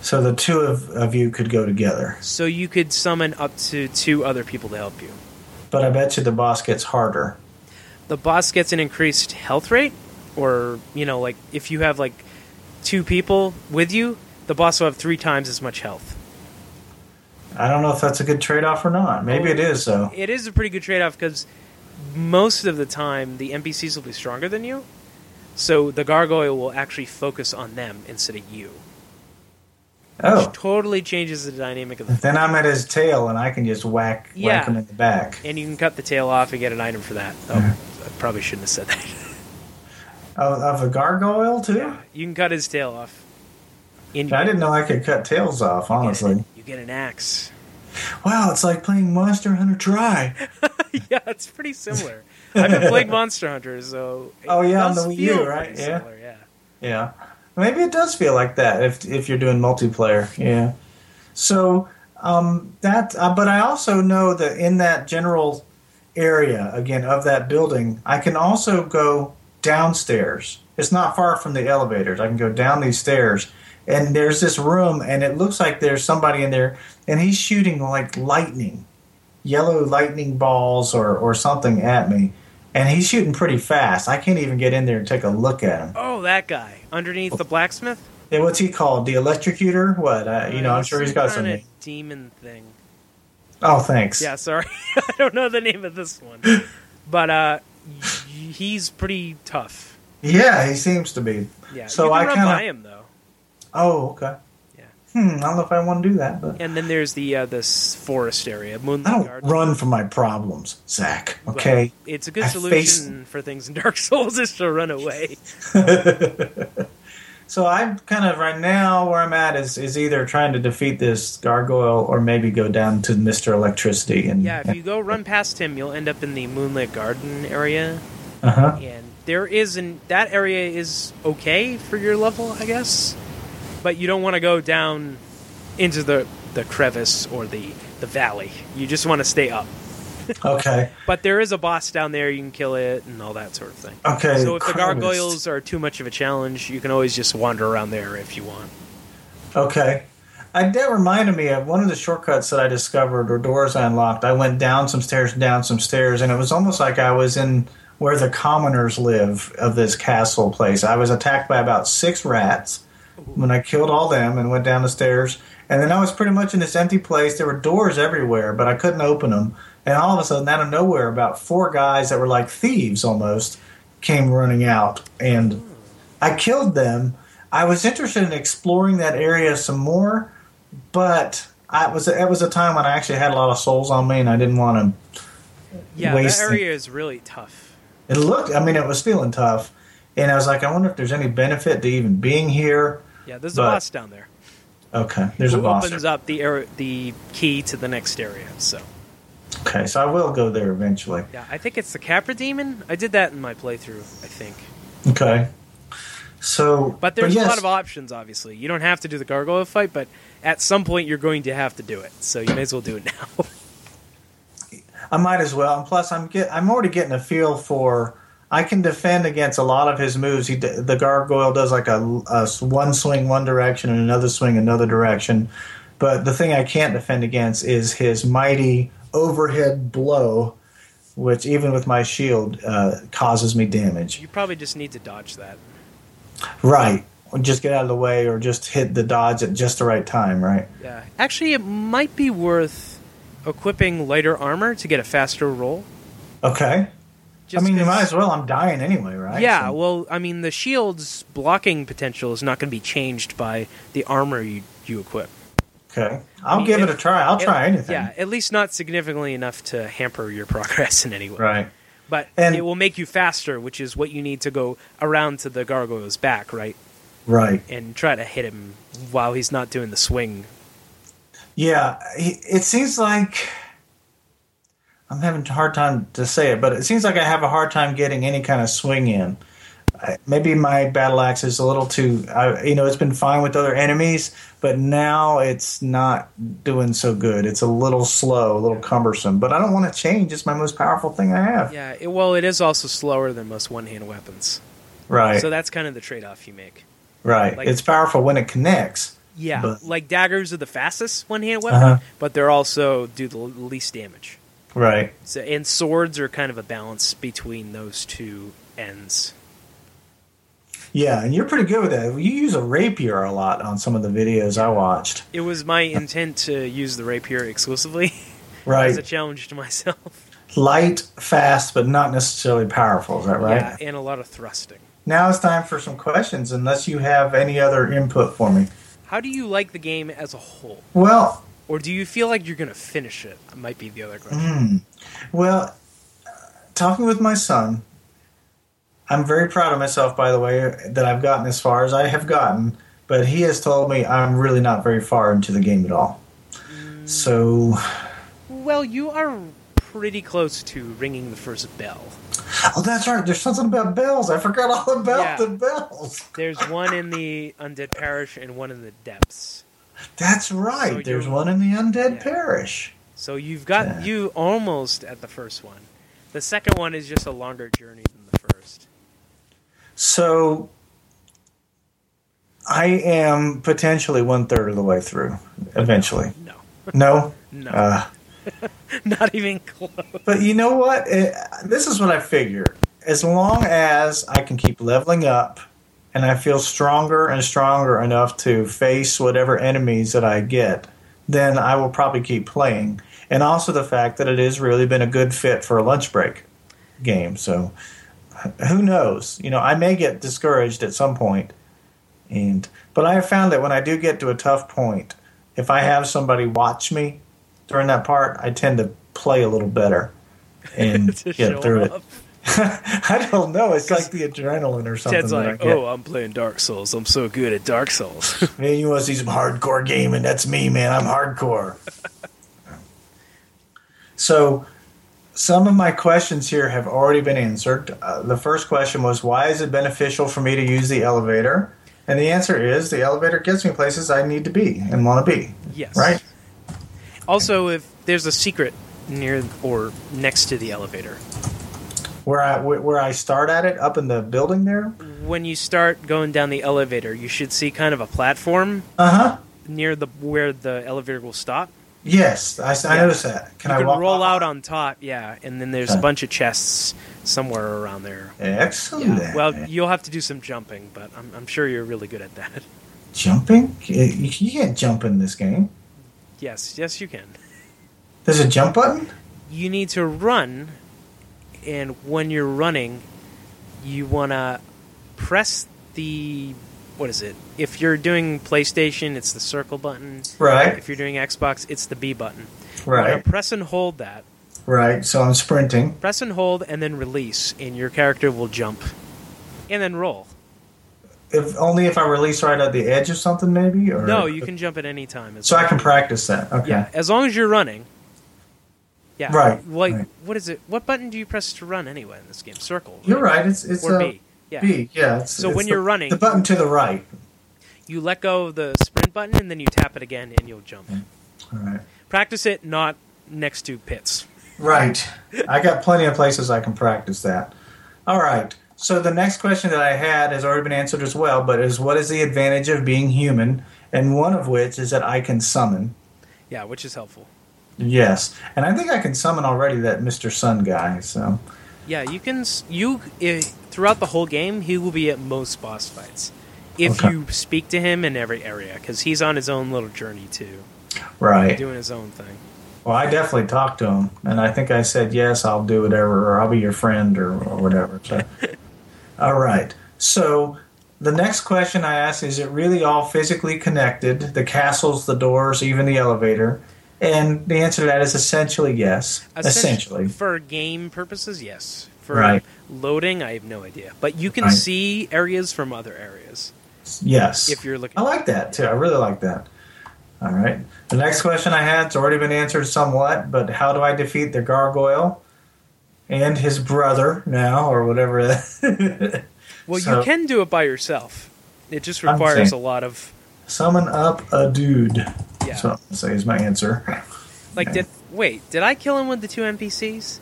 So the two of, of you could go together. So you could summon up to two other people to help you. But I bet you the boss gets harder. the boss gets an increased health rate, or you know, like if you have like two people with you, the boss will have three times as much health. I don't know if that's a good trade off or not. Maybe it is though. It is a pretty good trade-off because most of the time the NPCs will be stronger than you, so the gargoyle will actually focus on them instead of you, which Oh. totally changes the dynamic of the. Then I'm at his tail and I can just whack Yeah. whack him in the back. And you can cut the tail off and get an item for that. Oh, I probably shouldn't have said that. Of, of a gargoyle too? you can cut his tail off. And you I didn't know I could cut tails off, get an- honestly. you get an axe. Wow, it's like playing Monster Hunter Try. yeah, it's pretty similar. I've been playing Monster Hunter, so it Oh, yeah, on does the Wii U, feel right? pretty Yeah. similar, yeah. Yeah. Maybe it does feel like that if if you're doing multiplayer. Yeah. So um, that, uh, but I also know that in that general area again of that building, I can also go downstairs. It's not far from the elevators. I can go down these stairs, and there's this room, and it looks like there's somebody in there, and he's shooting like lightning, yellow lightning balls or or something at me, and he's shooting pretty fast. I can't even get in there and take a look at him. Oh, that guy Oh. underneath the blacksmith. Yeah, what's he called? The electrocutor? What? Uh, you know, I'm sure he's got some. kind name. of demon thing. Oh, thanks. Yeah, sorry, I don't know the name of this one, but uh, y- he's pretty tough. Yeah, he seems to be. Yeah, So you can I run kinda- by him though. Oh, okay. Yeah. Hmm. I don't know if I want to do that, but And then there's the uh, this forest area, I Moonlight don't Garden. run from my problems, Zach. Well, Okay. it's a good I face- solution for things in Dark Souls is to run away. So I'm kind of right now where I'm at is is either trying to defeat this gargoyle or maybe go down to Mister Electricity and Yeah, if you go run past him, you'll end up in the Moonlit Garden area. uh-huh. and there is an that area is okay for your level, I guess, but you don't want to go down into the the crevice or the the valley. You just want to stay up. Okay. But there is a boss down there; you can kill it and all that sort of thing. Okay. so if the Christ. gargoyles are too much of a challenge, you can always just wander around there if you want. Okay. I, that reminded me of one of the shortcuts that I discovered or doors I unlocked. I went down some stairs, down some stairs, and it was almost like I was in where the commoners live of this castle place. I was attacked by about six rats when I killed all them and went down the stairs. And then I was pretty much in this empty place. There were doors everywhere, but I couldn't open them. And all of a sudden, out of nowhere, about four guys that were like thieves almost came running out. And I killed them. I was interested in exploring that area some more, but I was it was a time when I actually had a lot of souls on me, and I didn't want to. Yeah, Wasting- that area is really tough. It looked, I mean, it was feeling tough, and I was like, I wonder if there's any benefit to even being here. Yeah, there's a But- boss down there. Okay, there's a who boss. opens up the area, the key to the next area. So Okay, so I will go there eventually. yeah, I think it's the Capra Demon. I did that in my playthrough. I think. Okay, so But there's yes, a lot of options, obviously. You don't have to do the gargoyle fight, but at some point you're going to have to do it. So you may as well do it now. I might as well. And plus, I'm get I'm already getting a feel for. I can defend against a lot of his moves. He d- the gargoyle does like a, a s- one swing one direction and another swing another direction. But the thing I can't defend against is his mighty overhead blow, which even with my shield uh, causes me damage. you probably just need to dodge that. Right. Just get out of the way or just hit the dodge at just the right time, right? Yeah. Actually, it might be worth equipping lighter armor to get a faster roll. Okay. Just I mean, you 'cause- might as well. I'm dying anyway, right? Yeah, So- well, I mean, the shield's blocking potential is not going to be changed by the armor you, you equip. okay. I'll mean, give if- it a try. I'll At- try anything. Yeah, at least not significantly enough to hamper your progress in any way. Right. But And- it will make you faster, which is what you need to go around to the gargoyle's back, right? Right. And try to hit him while he's not doing the swing. Yeah, he- it seems like I'm having a hard time to say it, but it seems like I have a hard time getting any kind of swing in. I, maybe my battle axe is a little too, I, you know, it's been fine with other enemies, but now it's not doing so good. It's a little slow, a little cumbersome, but I don't want to change. It's my most powerful thing I have. Yeah, it, well, it is also slower than most one hand weapons. Right, So that's kind of the trade off you make. right. like- it's powerful when it connects. Yeah, But- like daggers are the fastest one hand weapon, Uh-huh. but they're also do the l- least damage. Right. So, and swords are kind of a balance between those two ends. Yeah, and you're pretty good with that. You use a rapier a lot on some of the videos I watched. It was my intent to use the rapier exclusively Right. as a challenge to myself. light, fast, but not necessarily powerful. Is that right? Yeah, and a lot of thrusting. Now it's time for some questions, unless you have any other input for me. How do you like the game as a whole? Well, Or do you feel like you're going to finish it? Might be the other question. well, uh, talking with my son, I'm very proud of myself, by the way, that I've gotten as far as I have gotten. But he has told me I'm really not very far into the game at all. So, Well, you are pretty close to ringing the first bell. oh, that's right. There's something about bells. I forgot all about Yeah. the bells. There's one in the Undead Parish and one in the Depths. That's right. So There's you're- one in the undead Yeah. parish. So you've got Yeah. you almost at the first one. The second one is just a longer journey than the first. So I am potentially one third of the way through eventually. No. No? No. Uh, Not even close. but you know what? It, this is what I figure. As long as I can keep leveling up and I feel stronger and stronger enough to face whatever enemies that I get, then I will probably keep playing. And also the fact that it has really been a good fit for a lunch break game. So who knows? You know, I may get discouraged at some point, and but I have found that when I do get to a tough point, if I have somebody watch me during that part, I tend to play a little better and to show get through up. it. I don't know. It's like the adrenaline or something. Ted's that like, I get. "Oh, I'm playing Dark Souls. I'm so good at Dark Souls." man, you want to see some hardcore gaming? That's me, man. I'm hardcore. so, some of my questions here have already been answered. Uh, the first question was, why is it beneficial for me to use the elevator? And the answer is, the elevator gets me places I need to be and want to be. yes. Right? Also, if there's a secret near or next to the elevator. Where I wh- where I start at it up in the building there. When you start going down the elevator, you should see kind of a platform Uh huh. near the where the elevator will stop. Yes, I, s- I Yeah. noticed that. Can you I can walk roll off? out on top, yeah, and then there's a Okay. bunch of chests somewhere around there. Excellent. Yeah. Well, you'll have to do some jumping, but I'm, I'm sure you're really good at that. jumping? You you can't jump in this game. Yes, yes, you can. There's a jump button. You need to run, and when you're running, you want to press the. What is it? If you're doing PlayStation, it's the circle button. Right. If you're doing Xbox, it's the B button. You wanna Right. press and hold that. Right. So I'm sprinting. Press and hold, and then release, and your character will jump. And then roll. If only if I release right at the edge of something, maybe. Or No, you can jump at any time. as So I well. can practice that. Okay. Yeah, as long as you're running. Yeah. Right, Like, right. what is it? What button do you press to run anyway in this game? Circle. You're right. It's it's Or uh, B. Yeah. B. Yeah. It's, So it's when the- you're running- the button to the right. You let go of the sprint button and then you tap it again and you'll jump. Mm. All right. Practice it not next to pits. Right. I got plenty of places I can practice that. All right. So the next question that I had has already been answered as well, but is what is the advantage of being human? And one of which is that I can summon. Yeah, which is helpful. Yes. And I think I can summon already that Mr. Sun guy, so Yeah, you can s- you i throughout the whole game he will be at most boss fights. If Okay. you speak to him in every area cuz he's on his own little journey too, right. doing his own thing. Well, I definitely talked to him, and I think I said yes, I'll do whatever, or I'll be your friend, or, or whatever. So, all right. So the next question I asked is: It really all physically connected? The castles, the doors, even the elevator. And the answer to that is essentially yes. Essentially, For game purposes, yes. For Right. loading, I have no idea. But you can Right. see areas from other areas yes. if you're looking. I like that too. I really like that. All right. The next question I had has already been answered somewhat, but how do I defeat the gargoyle and his brother now, or whatever? that- Well, you So- can do it by yourself. It just I'm requires a saying- lot of Summon up a dude. yeah. So, so is my answer. like did wait, did I kill him with the two NPCs?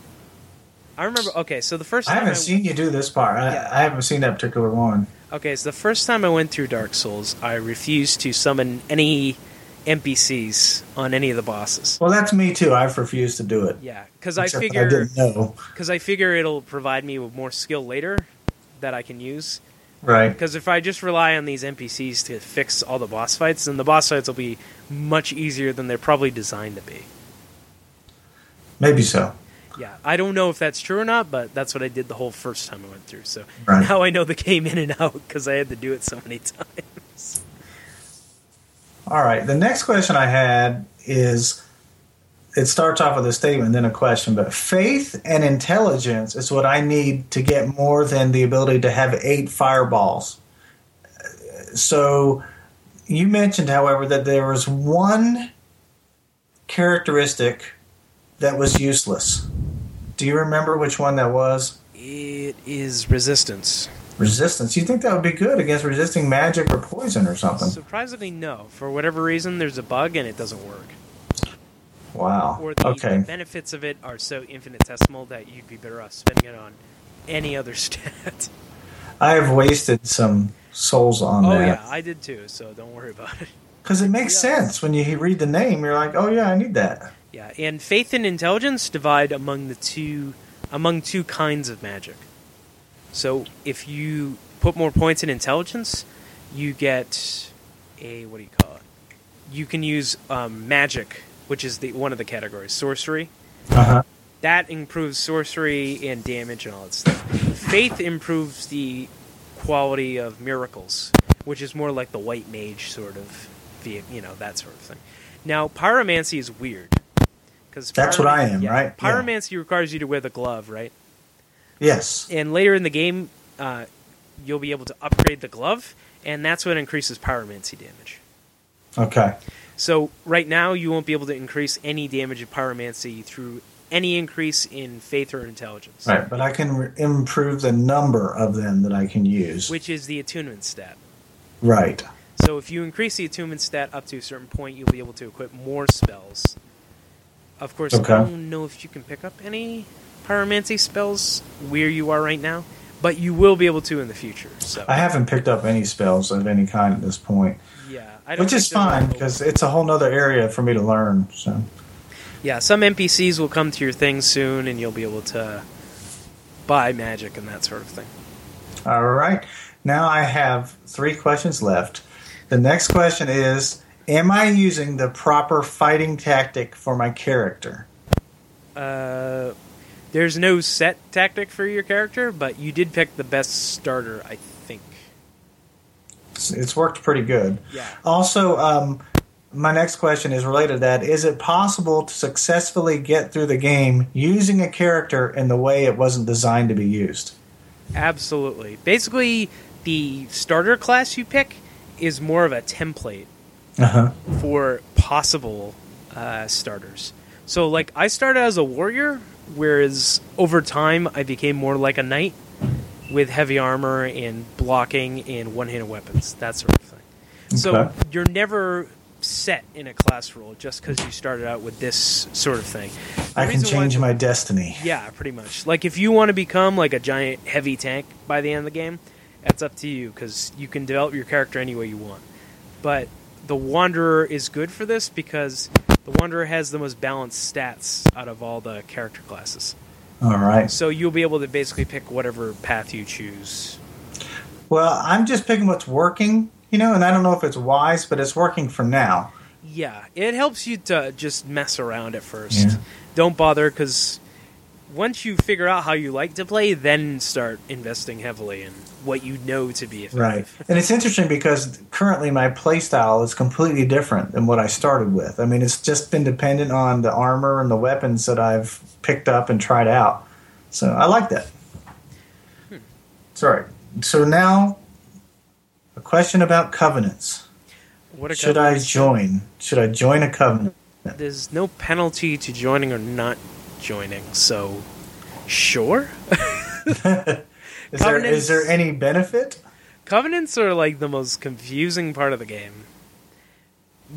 I remember okay, so the first I time haven't seen you do this part. I, Yeah. I haven't seen that particular one. Okay, so the first time I went through Dark Souls, I refused to summon any NPCs on any of the bosses. Well, that's me too. I've refused to do it. Yeah, cuz I Except that figure I didn't know. because I figure it'll provide me with more skill later that I can use. Right. Because if I just rely on these NPCs to fix all the boss fights, then the boss fights will be much easier than they're probably designed to be. Maybe so. Yeah, I don't know if that's true or not, but that's what I did the whole first time I went through. So Right. now I know the game in and out because I had to do it so many times. All right. The next question I had is it starts off with a statement, then a question, but faith and intelligence is what I need to get more than the ability to have eight fireballs. So you mentioned, however, that there was one characteristic that was useless. Do you remember which one that was? It is resistance. Resistance. You think that would be good against resisting magic or poison or something? Surprisingly, no. For whatever reason, there's a bug and it doesn't work. Wow. Or the, Okay. the benefits of it are so infinitesimal that you'd be better off spending it on any other stat. I have wasted some souls on oh, yeah, that I did too, so don't worry about it. because it makes Yeah. sense when you read the name. You're like, oh yeah, I need that. Yeah, and faith and intelligence divide among the two among two kinds of magic. So if you put more points in intelligence, you get a what do you call it? You can use um, magic, which is the one of the categories, sorcery. Uh huh. That improves sorcery and damage and all that stuff. Faith improves the quality of miracles, which is more like the white mage sort of, via- you know, that sort of thing. Now, pyromancy is weird. Cause That's what I am, right? Yeah. Pyromancy requires you to wear the glove, right? Yes. And later in the game, uh, you'll be able to upgrade the glove, and that's what increases pyromancy damage. Okay. So right now, you won't be able to increase any damage of pyromancy through any increase in faith or intelligence, Right. But I can re- improve the number of them that I can use. which is the attunement stat. right. So if you increase the attunement stat up to a certain point, you'll be able to equip more spells Of course, Okay. I don't know if you can pick up any pyromancy spells where you are right now, but you will be able to in the future. So I haven't picked up any spells of any kind at this point, yeah, I don't which is think they're fine available. because it's a whole nother area for me to learn. So yeah, some NPCs will come to your thing soon, and you'll be able to buy magic and that sort of thing. All right. Now I have three questions left. The next question is Am I using the proper fighting tactic for my character? Uh, there's no set tactic for your character, but you did pick the best starter, I think. It's, it's worked pretty good. Yeah. Also, um, my next question is related to that. Is it possible to successfully get through the game using a character in the way it wasn't designed to be used? Absolutely. Basically, the starter class you pick is more of a template Uh huh. for possible uh, starters. So, like, I started as a warrior, whereas over time I became more like a knight with heavy armor and blocking and one handed weapons, that sort of thing. So, Okay. you're never set in a class role just because you started out with this sort of thing. The I can reason why- change my destiny. yeah, pretty much. Like if you want to become like a giant heavy tank by the end of the game, that's up to you because you can develop your character any way you want. But the Wanderer is good for this because the Wanderer has the most balanced stats out of all the character classes. All right. So you'll be able to basically pick whatever path you choose. Well, I'm just picking what's working, you know, and I don't know if it's wise, but it's working for now. Yeah, it helps you to just mess around at first. Yeah. Don't bother because once you figure out how you like to play, then start investing heavily in what you know to be effective. Right. And it's interesting because currently my playstyle is completely different than what I started with. I mean, it's just been dependent on the armor and the weapons that I've picked up and tried out. So I like that. Sorry. So now a question about covenants. What a Should I join? Should I join a covenant? There's no penalty to joining or not joining, so sure. Is there, is Covenants- there any benefit? Covenants are like the most confusing part of the game.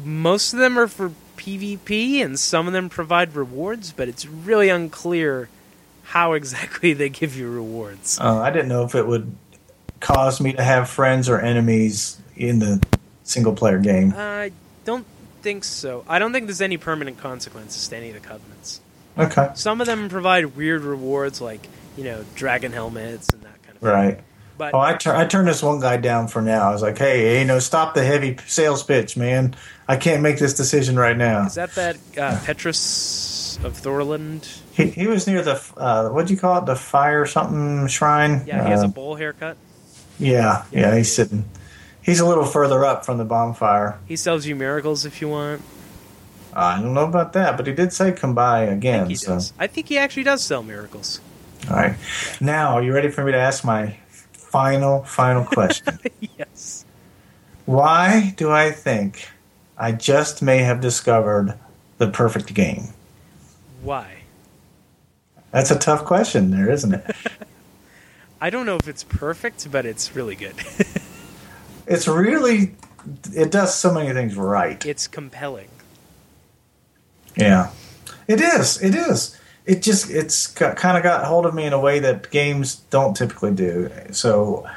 Most of them are for PvP, and some of them provide rewards, but it's really unclear how exactly they give you rewards. Uh, I didn't know if it would cause me to have friends or enemies in the single player game. I don't think so. I don't think there's any permanent consequences to any of the covenants. Okay. Some of them provide weird rewards, like you know, dragon helmets and that kind of thing. Right. But Oh, I, tur- I turned this one guy down for now. I was like, hey, you know, stop the heavy sales pitch, man. I can't make this decision right now. Is that that uh, Petrus of Thorland? He, he was near the, f- uh, what do you call it? The fire something shrine? Yeah, he has Uh, a bowl haircut. yeah, yeah, he's sitting. He's a little further up from the bonfire. He sells you miracles if you want. I don't know about that, but he did say come by again. He so. does. I think he actually does sell miracles. All right. Now, are you ready for me to ask my final, final question? yes. Why do I think I just may have discovered the perfect game? Why? That's a tough question, there, isn't it? I don't know if it's perfect, but it's really good. it's really, it does so many things right. it's compelling. Yeah, it is. It is. It just, it's kind of got hold of me in a way that games don't typically do. So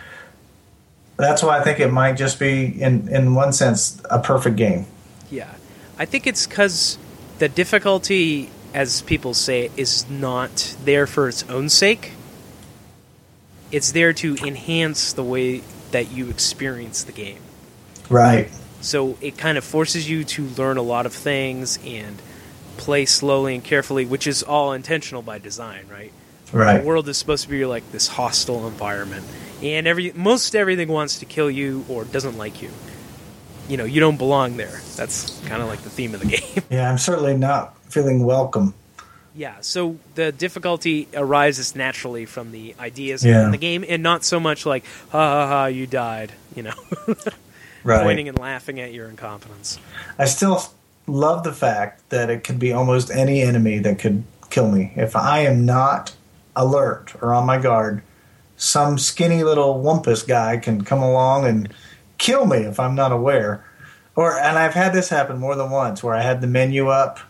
that's why I think it might just be, in in one sense, a perfect game. Yeah. I think it's because the difficulty, as people say, is not there for its own sake. It's there to enhance the way that you experience the game. Right. So it kind of forces you to learn a lot of things and play slowly and carefully, which is all intentional by design, right? Right. The world is supposed to be like this hostile environment, and every most everything wants to kill you or doesn't like you. You know, you don't belong there. That's kind of like the theme of the game. Yeah, I'm certainly not feeling welcome. yeah. So the difficulty arises naturally from the ideas Yeah. in the game, and not so much like ha ha ha, you died. You know, Right. pointing and laughing at your incompetence. I still love the fact that it could be almost any enemy that could kill me. If I am not alert or on my guard, some skinny little wumpus guy can come along and kill me if I'm not aware. Or and I've had this happen more than once where I had the menu up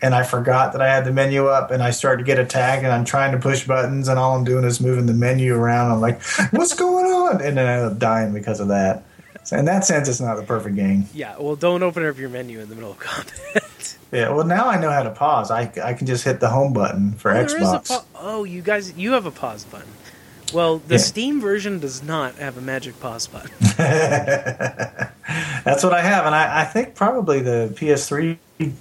and I forgot that I had the menu up, and I start to get attacked, and I'm trying to push buttons, and all I'm doing is moving the menu around. I'm like, what's going on? And then I end up dying because of that. So in that sense, it's not the perfect game. Yeah, well, don't open up your menu in the middle of combat. Yeah. Well, now I know how to pause. I, I can just hit the home button for Oh, there is a Xbox. pa- oh, you guys, you have a pause button. Well, the Yeah. Steam version does not have a magic pause button. That's what I have, and I, I think probably the PS3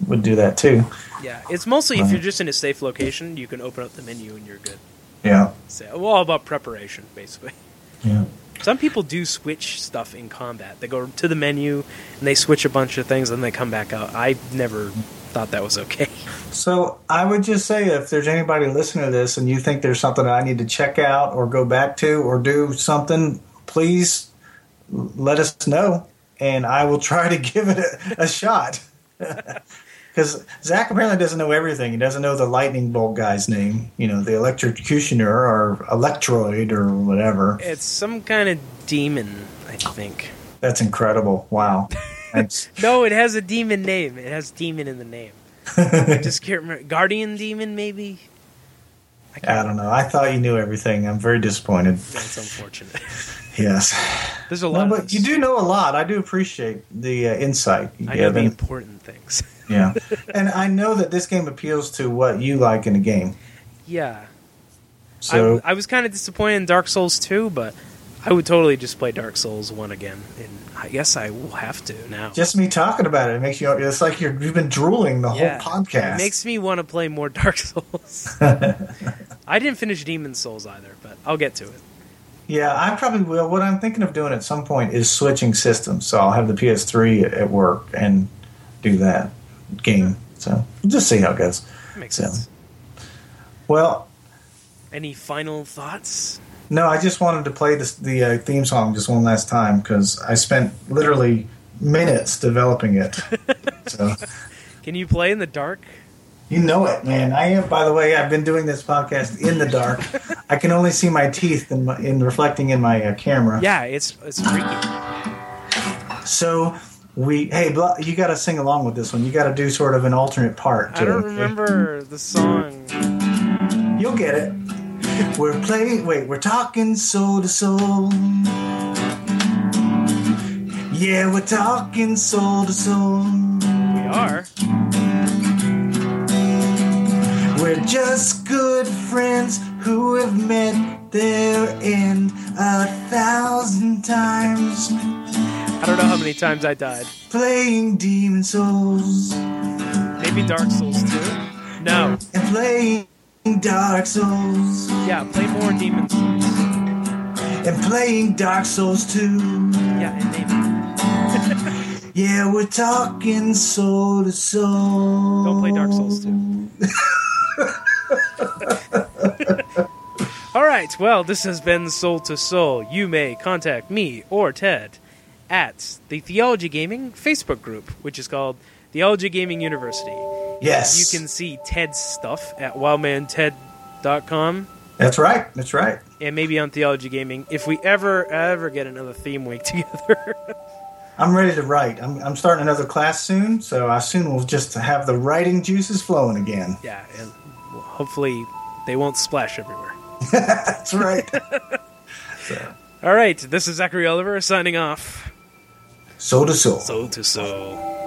would do that too. yeah, it's mostly if Right. you're just in a safe location, you can open up the menu and you're good. Yeah. So, well, all about preparation, basically. Yeah. Some people do switch stuff in combat. They go to the menu and they switch a bunch of things, and they come back out. I never thought that was okay. So I would just say if there's anybody listening to this and you think there's something that I need to check out or go back to or do something, please let us know, and I will try to give it a, a shot. Because Zach apparently doesn't know everything. He doesn't know the lightning bolt guy's name, you know, the electrocutioner or electroid or whatever. It's some kind of demon, I think. That's incredible. Wow. Thanks. No, it has a demon name. It has demon in the name. I just can't remember. Guardian demon, maybe. I don't know. I thought you knew everything. I'm very disappointed. That's unfortunate. Yes. There's a No, lot. of but this. you do know a lot. I do appreciate the uh, insight you I know give. the And, important things. yeah. And I know that this game appeals to what you like in a game. yeah, So, I, I was kind of disappointed in Dark Souls 2, but I would totally just play Dark Souls 1 again, and I guess I will have to now. just me talking about it, it makes you, it's like you're, you've been drooling the Yeah. whole podcast. It makes me want to play more Dark Souls. I didn't finish Demon Souls either, but I'll get to it. yeah, I probably will. What I'm thinking of doing at some point is switching systems. So I'll have the PS3 at work and do that game. So just see how it goes. That makes So- sense. Well, Any final thoughts? No, I just wanted to play this, the uh, theme song just one last time because I spent literally minutes developing it. so Can you play in the dark? you know it, man. I am. By the way, I've been doing this podcast in the dark. I can only see my teeth in, my, in reflecting in my uh, camera. Yeah, it's it's freaky. So we, hey, Bla- you got to sing along with this one. You got to do sort of an alternate part. I to don't it, okay? remember the song. You'll get it. We're playing. Wait, we're talking soul to soul. Yeah, we're talking soul to soul. We are. We're just good friends who have met their end a thousand times. I don't know how many times I died. Playing Demon Souls Maybe Dark Souls 2? No. and playing Dark Souls Yeah, play more Demon Souls. and playing Dark Souls 2. Yeah, and name it. Yeah, we're talking soul to soul. Don't play Dark Souls 2. All right, well, this has been Soul to Soul. You may contact me or Ted at the Theology Gaming Facebook group, which is called Theology Gaming University. You Yes. can see Ted's stuff at wildmanted.com. That's right. That's right. and maybe on Theology Gaming if we ever ever get another theme week together. I'm ready to write. I'm, I'm starting another class soon, so I soon will just have the writing juices flowing again. yeah, and well, hopefully they won't splash everywhere. That's right. All right, this is Zachary Oliver signing off. soul to soul. Soul to soul.